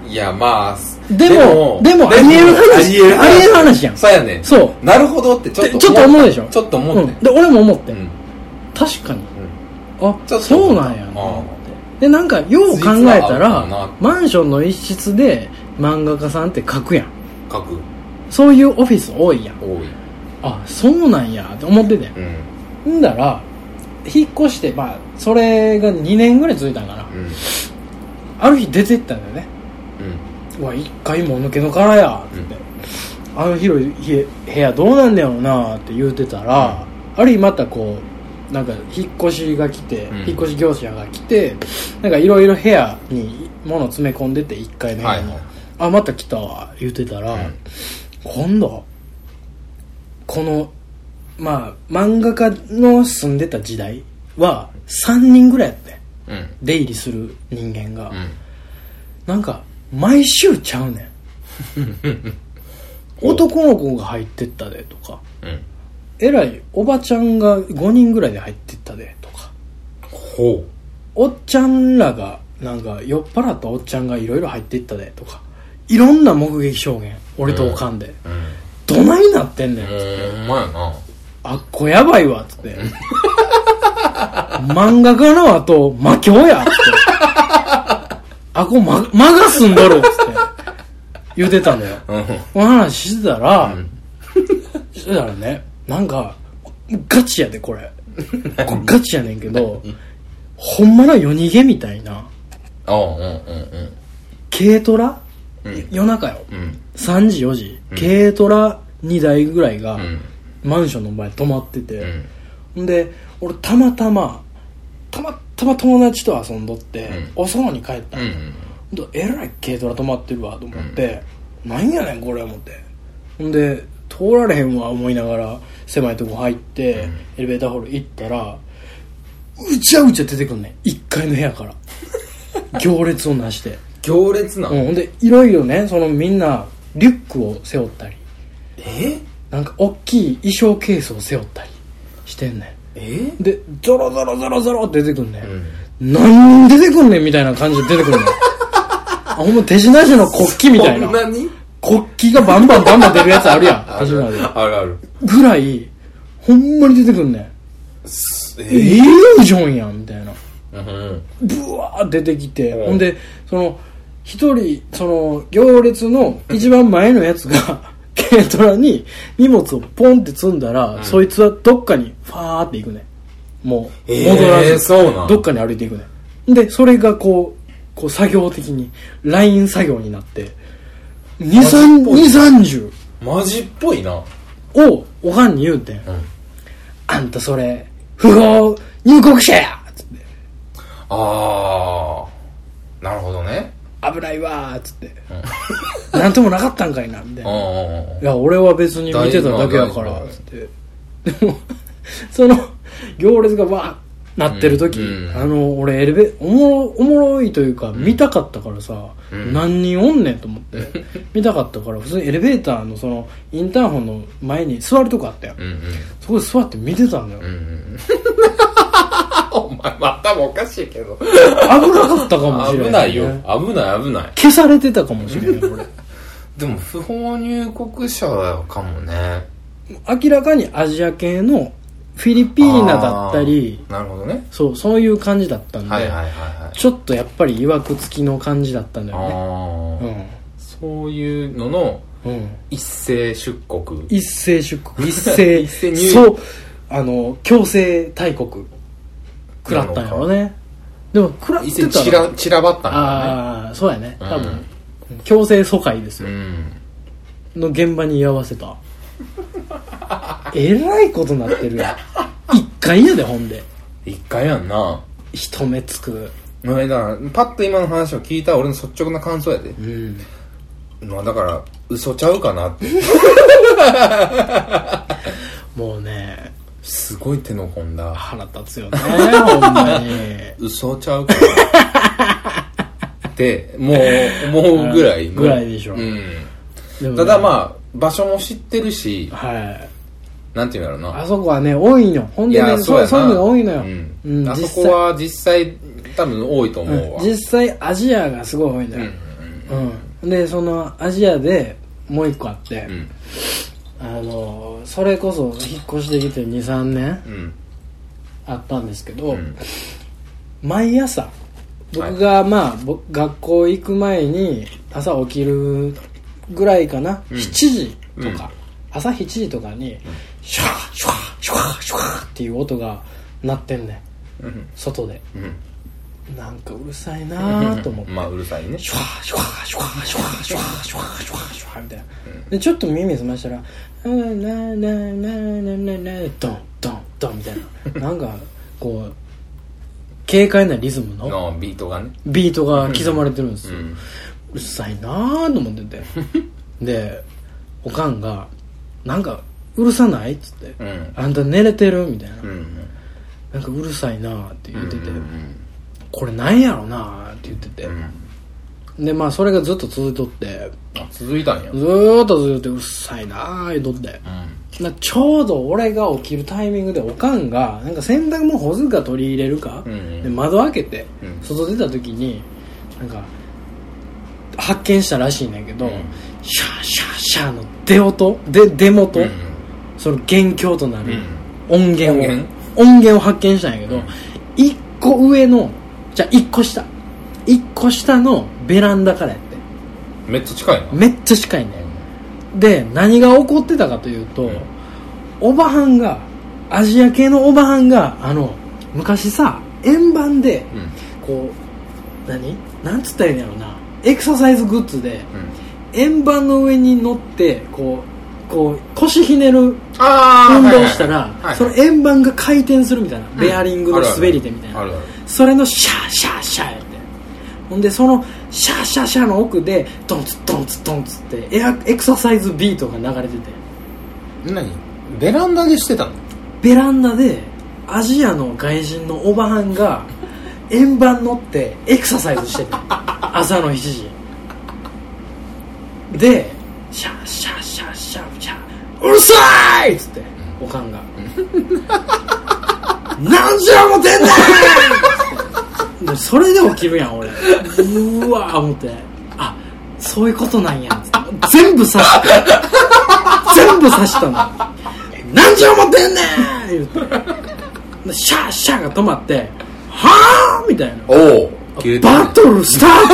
Speaker 1: いやまあ
Speaker 2: でもでもありえる話ありえる話やん
Speaker 1: そうやね
Speaker 2: そう
Speaker 1: なるほどってちょっ
Speaker 2: で
Speaker 1: と
Speaker 2: ちょっと思うでしょ
Speaker 1: ちょっと思って
Speaker 2: うんで俺も思って、
Speaker 1: うんうん
Speaker 2: 確かに
Speaker 1: ちょっと
Speaker 2: あそうなんや
Speaker 1: ああ
Speaker 2: な思ってでなんかよう考えた
Speaker 1: 実はある
Speaker 2: ら
Speaker 1: のかな
Speaker 2: マンションの一室で漫画家さんって書くやん
Speaker 1: 書く
Speaker 2: そういうオフィス多いやん
Speaker 1: 多い
Speaker 2: あそうなんやって思ってて
Speaker 1: うん
Speaker 2: んだら引っ越してまあそれが2年ぐらい続いたんか
Speaker 1: う
Speaker 2: な
Speaker 1: ん
Speaker 2: ある日出てったんだよね
Speaker 1: うん
Speaker 2: うわ一回も抜けの殻やって、あの広い家部屋どうなんだよなって言うてたら、ある日またこうなんか引っ越しが来て、
Speaker 1: うん
Speaker 2: 引っ越し業者が来てなんかいろいろ部屋に物詰め込んでて1階の部屋の、
Speaker 1: はいはい
Speaker 2: あまた来たわ言うてたら、
Speaker 1: うん
Speaker 2: 今度このまあ漫画家の住んでた時代は3人ぐらいやってん
Speaker 1: うん
Speaker 2: 出入りする人間が、
Speaker 1: うん
Speaker 2: なんか毎週ちゃうねん男の子が入ってったでとか
Speaker 1: うん
Speaker 2: えらいおばちゃんが5人ぐらいで入ってったでとか
Speaker 1: ほ
Speaker 2: おっちゃんらがなんか酔っ払ったおっちゃんがいろいろ入っていったでとかいろんな目撃証言俺とおかんで、
Speaker 1: ううん
Speaker 2: どないなってんねん、
Speaker 1: うんまやな
Speaker 2: あっこやばいわっつって漫画家の後魔境やっつってあっこま魔がすんどるっつって言うてたんだよ
Speaker 1: うん
Speaker 2: お話してたら、
Speaker 1: ん
Speaker 2: してたらねなんかガチや でこれこれガチやねんけどほんまの夜逃げみたいな
Speaker 1: ああうんうん
Speaker 2: 軽トラ、
Speaker 1: うん
Speaker 2: 夜中よ
Speaker 1: うん
Speaker 2: 3時4時、軽トラ2台ぐらいが、
Speaker 1: うん
Speaker 2: マンションの前止まってて、
Speaker 1: うん
Speaker 2: んで俺たまたまたまたま友達と遊んどって、
Speaker 1: う
Speaker 2: おそろに帰った
Speaker 1: うん
Speaker 2: の、
Speaker 1: うん
Speaker 2: ほんとえらい軽トラ止まってるわと思って、なんやねんこれ思ってほんで通られへんわ思いながら狭いとこ入って、エレベーターホール行ったらうちゃうちゃ出てくんねん1階の部屋から行列をなして、
Speaker 1: 強烈な
Speaker 2: うん、ほんでいろいろねそのみんなリュックを背負ったり
Speaker 1: え
Speaker 2: なんか大きい衣装ケースを背負ったりしてんねん
Speaker 1: え
Speaker 2: でゾロゾロゾロゾロって出てくんね、ん、何出てくんねんみたいな感じで出てく んねんあほんま手品師の国旗みたいな
Speaker 1: こんなに
Speaker 2: 国旗がバンバンバンバン出るやつあるやん手品で
Speaker 1: あるある
Speaker 2: ぐらいほんまに出てくんねんえ
Speaker 1: え
Speaker 2: イリュージョンやんみたいな
Speaker 1: うん
Speaker 2: ブワー出てきて、
Speaker 1: うん
Speaker 2: ほんでその一人その行列の一番前のやつが 軽トラに荷物をポンって積んだら、そいつはどっかにファーって行くねんもう
Speaker 1: えー
Speaker 2: 戻らず、
Speaker 1: そうなん
Speaker 2: どっかに歩いていくねんでそれがこうこう作業的にライン作業になって2
Speaker 1: マジ
Speaker 2: 3
Speaker 1: っぽい
Speaker 2: 0
Speaker 1: マジっぽいな
Speaker 2: をおはんに言うてん、
Speaker 1: ん
Speaker 2: あんたそれ不法入国者やつって
Speaker 1: ああなるほどね
Speaker 2: 危ないわーっつって、なんともなかったんかいなみたいうな、
Speaker 1: ん
Speaker 2: い
Speaker 1: うんうん
Speaker 2: や俺は別に見てただけやからっつってでもその行列がわーなってる時、
Speaker 1: うんうん
Speaker 2: あの俺エレベおもろおもろいというか見たかったからさ、
Speaker 1: うん
Speaker 2: 何人おんねんと思って 見たかったから普通にエレベーターのそのインターホンの前に座るとこあったよ、
Speaker 1: うんうん
Speaker 2: そこで座って見てたんだよ、
Speaker 1: うんうん お前またもおかしいけど
Speaker 2: 危なかったかもしれ
Speaker 1: 危
Speaker 2: な、
Speaker 1: ないいよ危ない危ない
Speaker 2: 消されてたかもしれない俺
Speaker 1: でも不法入国者かもね
Speaker 2: 明らかにアジア系のフィリピーナだったり
Speaker 1: あーなるほどね
Speaker 2: そうそういう感じだったんで、
Speaker 1: はいはいはいはい
Speaker 2: ちょっとやっぱりいわくつきの感じだったんだよ
Speaker 1: ああ、
Speaker 2: ね
Speaker 1: そういうのの
Speaker 2: うん、うん、
Speaker 1: 一斉出国
Speaker 2: 一斉出国一 斉
Speaker 1: 一斉入
Speaker 2: そうあの強制大国食らったんやろねでも食らっ
Speaker 1: 一斉
Speaker 2: て
Speaker 1: に
Speaker 2: た
Speaker 1: 散
Speaker 2: ら
Speaker 1: ら散らばったんだ
Speaker 2: ああそうやね多分、
Speaker 1: うん
Speaker 2: 強制疎開ですよ
Speaker 1: ねうん
Speaker 2: の現場に居合わせたえらいことなってるやん一回やでほんで
Speaker 1: 一回やんな
Speaker 2: 一目つく
Speaker 1: ねだからパッと今の話を聞いた俺の率直な感想やで
Speaker 2: うん
Speaker 1: まあだから嘘ちゃうかなって
Speaker 2: もうね
Speaker 1: すごい手の込んだ
Speaker 2: 腹立つよね ほんまに
Speaker 1: 嘘ちゃうか なってもう思うぐらいの
Speaker 2: ぐらいでしょ
Speaker 1: うん
Speaker 2: でもね
Speaker 1: ただまあ場所も知ってるし
Speaker 2: はい
Speaker 1: なんていうんだろう
Speaker 2: あ
Speaker 1: な
Speaker 2: そこはね多いのほん
Speaker 1: い
Speaker 2: でね
Speaker 1: や
Speaker 2: そ
Speaker 1: そうう
Speaker 2: い
Speaker 1: や
Speaker 2: う
Speaker 1: な
Speaker 2: のが多いのよ、
Speaker 1: うん
Speaker 2: うん
Speaker 1: あそ
Speaker 2: 実際
Speaker 1: こは実際多分多いと思うわ
Speaker 2: うん実際アジアがすごい多いの
Speaker 1: うん
Speaker 2: よ、うんでそのアジアでもう一個あって、
Speaker 1: うん
Speaker 2: あのそれこそ引っ越してきて23年
Speaker 1: うん
Speaker 2: あったんですけど、
Speaker 1: うん
Speaker 2: 毎朝僕がまあ、ぼ学校行く前に朝起きるぐらいかな、
Speaker 1: うん
Speaker 2: 7時と
Speaker 1: うん
Speaker 2: か、朝7時とかにシュワーシュワーシュワーシュワーっていう音が鳴ってんねん
Speaker 1: うん
Speaker 2: 外で
Speaker 1: うん
Speaker 2: なんかうるさいなと思って、
Speaker 1: まあうるさいね
Speaker 2: シュワーシュワーシュワーシュワーシュワーシュワーシュワーシュワーみたいな、でちょっと耳澄ましたら「うんなーなーなーなーなーなードンドンドン」みたいななんかこう軽快なリズムの
Speaker 1: のビートがね
Speaker 2: ビートが刻まれてるんです
Speaker 1: う
Speaker 2: よ、うんるさいなーと思っ ててでおかんが「なんかうるさない?」っつって
Speaker 1: う
Speaker 2: 「
Speaker 1: ん
Speaker 2: あんた寝れてる?」みたいな
Speaker 1: うん
Speaker 2: 「なんかうるさいなー」って言ってて
Speaker 1: うん
Speaker 2: 「これなんやろな」って言ってて
Speaker 1: うん
Speaker 2: でまあそれがずっと続いとって
Speaker 1: あ続いたんやう
Speaker 2: ず
Speaker 1: ん
Speaker 2: ーっとずっとうるさいなー言うとってなちょうど俺が起きるタイミングでおかんがなんか洗濯物ほずか取り入れるか、
Speaker 1: うん
Speaker 2: で窓開けて
Speaker 1: うん
Speaker 2: 外出た時になんか発見したらしいねんけど、
Speaker 1: うん
Speaker 2: シャーシャーシャーの出音で出元、
Speaker 1: うん
Speaker 2: その元凶となる音源を、
Speaker 1: 音源
Speaker 2: 音源を発見したんやけど、
Speaker 1: うん
Speaker 2: 一個上のじゃあ一個下一個下のベランダからやって
Speaker 1: めっちゃ近いな
Speaker 2: めっちゃ近いねんで何が起こってたかというと、
Speaker 1: うん
Speaker 2: おばはんがアジア系のおばはんがあの昔さ円盤で
Speaker 1: うん
Speaker 2: こう何なんつったらいいんやろなエクササイズグッズで
Speaker 1: うん
Speaker 2: 円盤の上に乗ってこうこう腰ひねる
Speaker 1: ああ
Speaker 2: 運動したら、
Speaker 1: はい
Speaker 2: その円盤が回転するみたいな、ベアリングの滑りでみたいな、
Speaker 1: あるある
Speaker 2: それのシャーシャーシャーやってほんでそのシャーシャーシャーの奥でドンツドンツドンツってエアエクササイズビートが流れてて
Speaker 1: 何ベランダでしてたの
Speaker 2: ベランダでアジアの外人のおばはんが円盤乗ってエクササイズしてて朝の7時でシャーシャーシャーシャーシャーうるさいっつっておかんが「何時はもてんだよ!」でそれで起きるやん俺うわー思ってあそういうことなんやっつって全部刺して全部刺したの何時を持ってんねん言うてシャーシャーが止まってはあみたいな
Speaker 1: おお消えてる
Speaker 2: バトルスター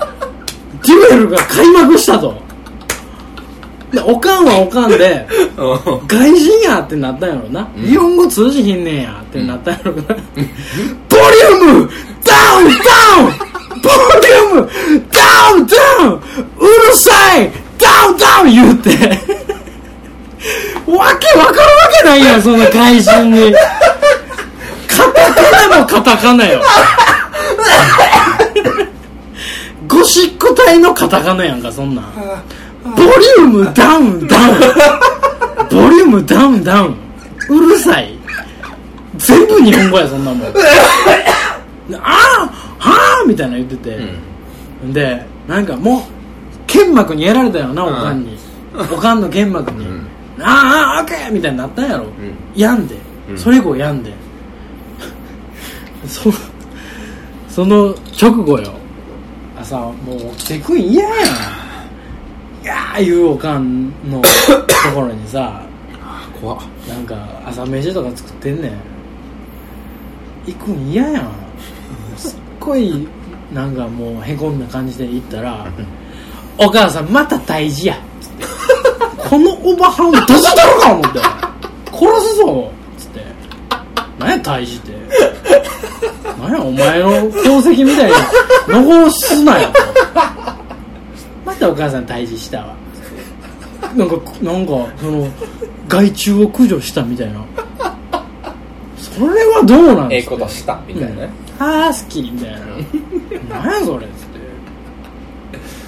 Speaker 2: トデュエルが開幕したとでおかんはおかんで
Speaker 1: うん
Speaker 2: 外人やってなったんやろな、日本語通じひんねんやってなったんやろな、ボリュームダウンダウンボリュームダウンダウンうるさいダウンダウン言うてわけわかるわけないやんそんな外人にカタカナもカタカナよゴシック体のカタカナやんかそんなんボリュームダウンダウンボリュームダウンダウンうるさい全部日本語やそんなもんああはあみたいな言ってて、でなんかもう剣幕にやられたよなおかんに、おかんの剣幕に、
Speaker 1: うん
Speaker 2: ああオッケーみたいになったんやろ、
Speaker 1: ん
Speaker 2: やんで、
Speaker 1: うん
Speaker 2: それ以降やんで そその直後よ朝もう起きてくん嫌や んいやーいうおかんのところにさ
Speaker 1: 怖っ
Speaker 2: なんか朝飯とか作ってんねん行くん嫌やんすっごいなんかもうへこんだ感じで行ったら「お母さんまた退治や」つって「このおばはんどうしたろか!」思って「殺すぞ!」つって「何や退治って何やお前の功績みたいに残すなよ」またお母さん退治したわなんか、なんか、その、害虫を駆除したみたいな。それはどうなん
Speaker 1: ええ
Speaker 2: ですか
Speaker 1: ことしたみたいなね、
Speaker 2: うんあー、好きみたい な。なんやそれっつって。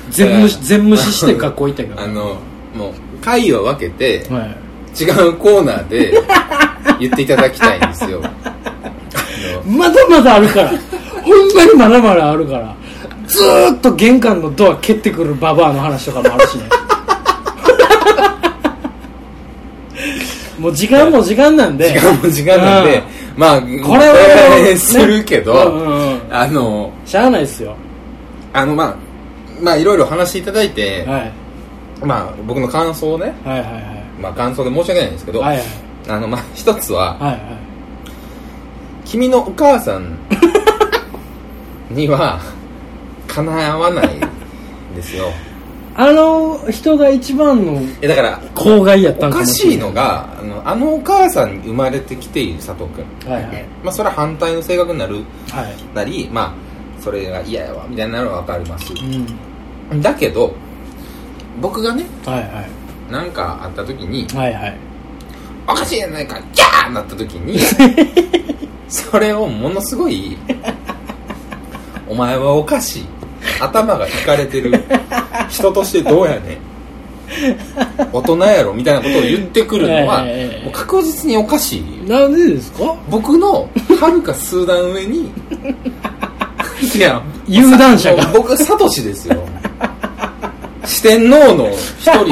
Speaker 2: 全無視、全無視して学校行ったけど。
Speaker 1: あのもう回を分けて
Speaker 2: はい。
Speaker 1: 違うコーナーで言っていただきたいんです よあの
Speaker 2: まだまだあるから。ほんまにまだまだあるから。ずーっと玄関のドア蹴ってくるババアの話とかもあ るしね。もう時間も時間なんで。
Speaker 1: 時間も時間なんで、まあこ
Speaker 2: これはね
Speaker 1: するけど、
Speaker 2: うんうんうん
Speaker 1: あの
Speaker 2: しゃあないですよ。
Speaker 1: あのまあまあいろいろ話していただいて、
Speaker 2: はい。
Speaker 1: まあ僕の感想をね
Speaker 2: はいはいはい。
Speaker 1: まあ感想で申し訳ないんですけど、
Speaker 2: はいはい。
Speaker 1: あのまあ一つは
Speaker 2: はいはい。
Speaker 1: 君のお母さ んにはかなわないんです よ
Speaker 2: あの人が一番の
Speaker 1: えだから
Speaker 2: 公害やった
Speaker 1: お
Speaker 2: んか
Speaker 1: か
Speaker 2: も
Speaker 1: しい
Speaker 2: れ
Speaker 1: のがあのあのお母さんに生まれてきている佐藤君、
Speaker 2: ない。はいはい。
Speaker 1: まあ、それは反対の性格になる
Speaker 2: はい。
Speaker 1: なりまあそれが嫌やわみたいなのは分かります
Speaker 2: うん。
Speaker 1: だけど僕がね
Speaker 2: はいはい。
Speaker 1: なんかあった時に
Speaker 2: はいはい。
Speaker 1: 「おかしいやないかキャー!」なった時 にそれをものすごい「お前はおかしい頭がいかれてる人としてどうやねん」大人やろみたいなことを言ってくるのは、
Speaker 2: ええええええ
Speaker 1: もう確実におかしい
Speaker 2: なんでですか
Speaker 1: 僕のはるか数段上 にいや
Speaker 2: 有段者が
Speaker 1: さ僕サトシですよ四天王の一人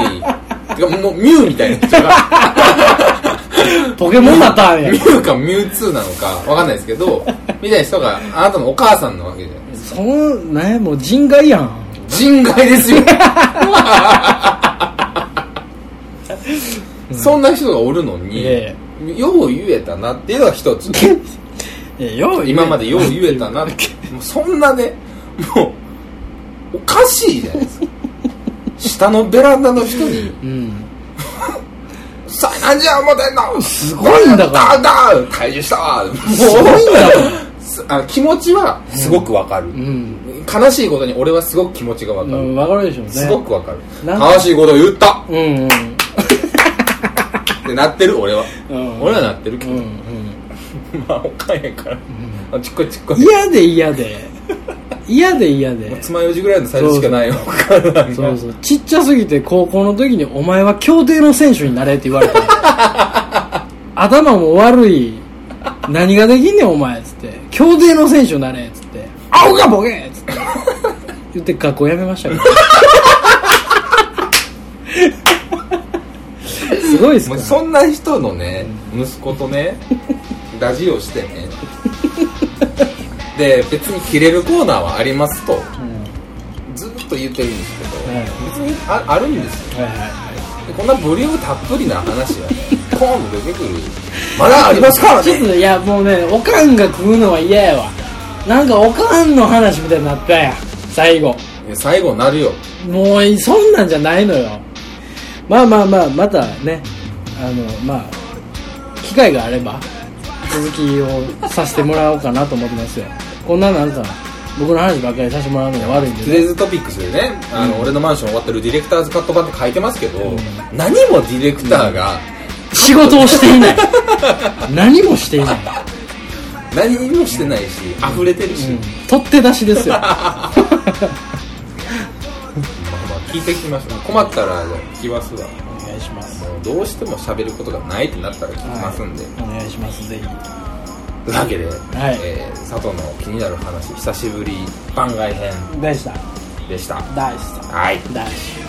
Speaker 1: てかもうミュウみたいな人が
Speaker 2: ポケモンだったんや
Speaker 1: ミ。ュウかミュウツーなのかわかんないですけどみたいな人があなたのお母さんなわけじゃないですか
Speaker 2: その、なんやもう人外やん。
Speaker 1: 人外ですよそんな人がおるのに、
Speaker 2: え
Speaker 1: よう言えたなっていうのが一つ
Speaker 2: え、よ
Speaker 1: 今までよう言えたなってもうそんなねもうおかしいじゃないですか下のベランダの人に
Speaker 2: うん。
Speaker 1: 「さあ何じゃ思てんの
Speaker 2: すごいんだから
Speaker 1: だだ退治したわ」もうす あ気持ちはすごくわかる、
Speaker 2: うん。
Speaker 1: 悲しいことに俺はすごく気持ちがわ
Speaker 2: う
Speaker 1: かる、
Speaker 2: ん、わかるでしょうね。
Speaker 1: すごくわかる
Speaker 2: なんか
Speaker 1: 悲しいことを言った
Speaker 2: うんうん。
Speaker 1: ってなってる俺は、
Speaker 2: うん
Speaker 1: 俺はなってるけ
Speaker 2: う
Speaker 1: ど、
Speaker 2: んうん。
Speaker 1: まあおかんやから、あちっこいちっこい
Speaker 2: 嫌で嫌で。嫌で嫌で。
Speaker 1: つまようじぐらいのサイズしかないよおかんなんか
Speaker 2: そうそう。ちっちゃすぎて高校の時にお前は競艇の選手になれって言 われた。頭も悪い。何ができんねんお前っつって。競艇の選手になれっつって。青がボケっつって。言って学校辞め ましたから。すごいっす
Speaker 1: も
Speaker 2: か
Speaker 1: う
Speaker 2: ら
Speaker 1: そんな人のね息子と ねラジオしてねで別に切れるコーナーはありますと
Speaker 2: うんは
Speaker 1: ずっと言ってるんですけど、
Speaker 2: はい
Speaker 1: 別にああるんですよ
Speaker 2: いはいは
Speaker 1: でこんなボリュームたっぷりな話はねコーンと出てくるまだありますから
Speaker 2: いちょっ
Speaker 1: ね
Speaker 2: といやもうねおかんが食うのは嫌やわなんかおかんの話みたいになったやん最後
Speaker 1: いや最後なるよ
Speaker 2: もうそんなんじゃないのよまあまあまあまたねあのまあ機会があれば続きをさせてもらおうかなと思ってますよこんななんか僕の話ばっかりさせてもらうのが悪いん
Speaker 1: トゥ
Speaker 2: で
Speaker 1: デイズトピックスでねあの、俺のマンション終わってるディレクターズカット版って書いてますけど、何もディレクターが
Speaker 2: 仕事をしていない 何もしていない、
Speaker 1: 何もしてないし溢れてるし、
Speaker 2: うん、取って出しですよ
Speaker 1: まあまあ聞いてきましょう困ったら聞きますわ
Speaker 2: お願いします
Speaker 1: もうどうしても喋ることがないってなったら聞きますんで、
Speaker 2: お願いしますぜひは
Speaker 1: というわけで、
Speaker 2: い
Speaker 1: えー佐藤の気になる話久しぶり番外編
Speaker 2: いでした
Speaker 1: でした
Speaker 2: 大した
Speaker 1: はい
Speaker 2: 大した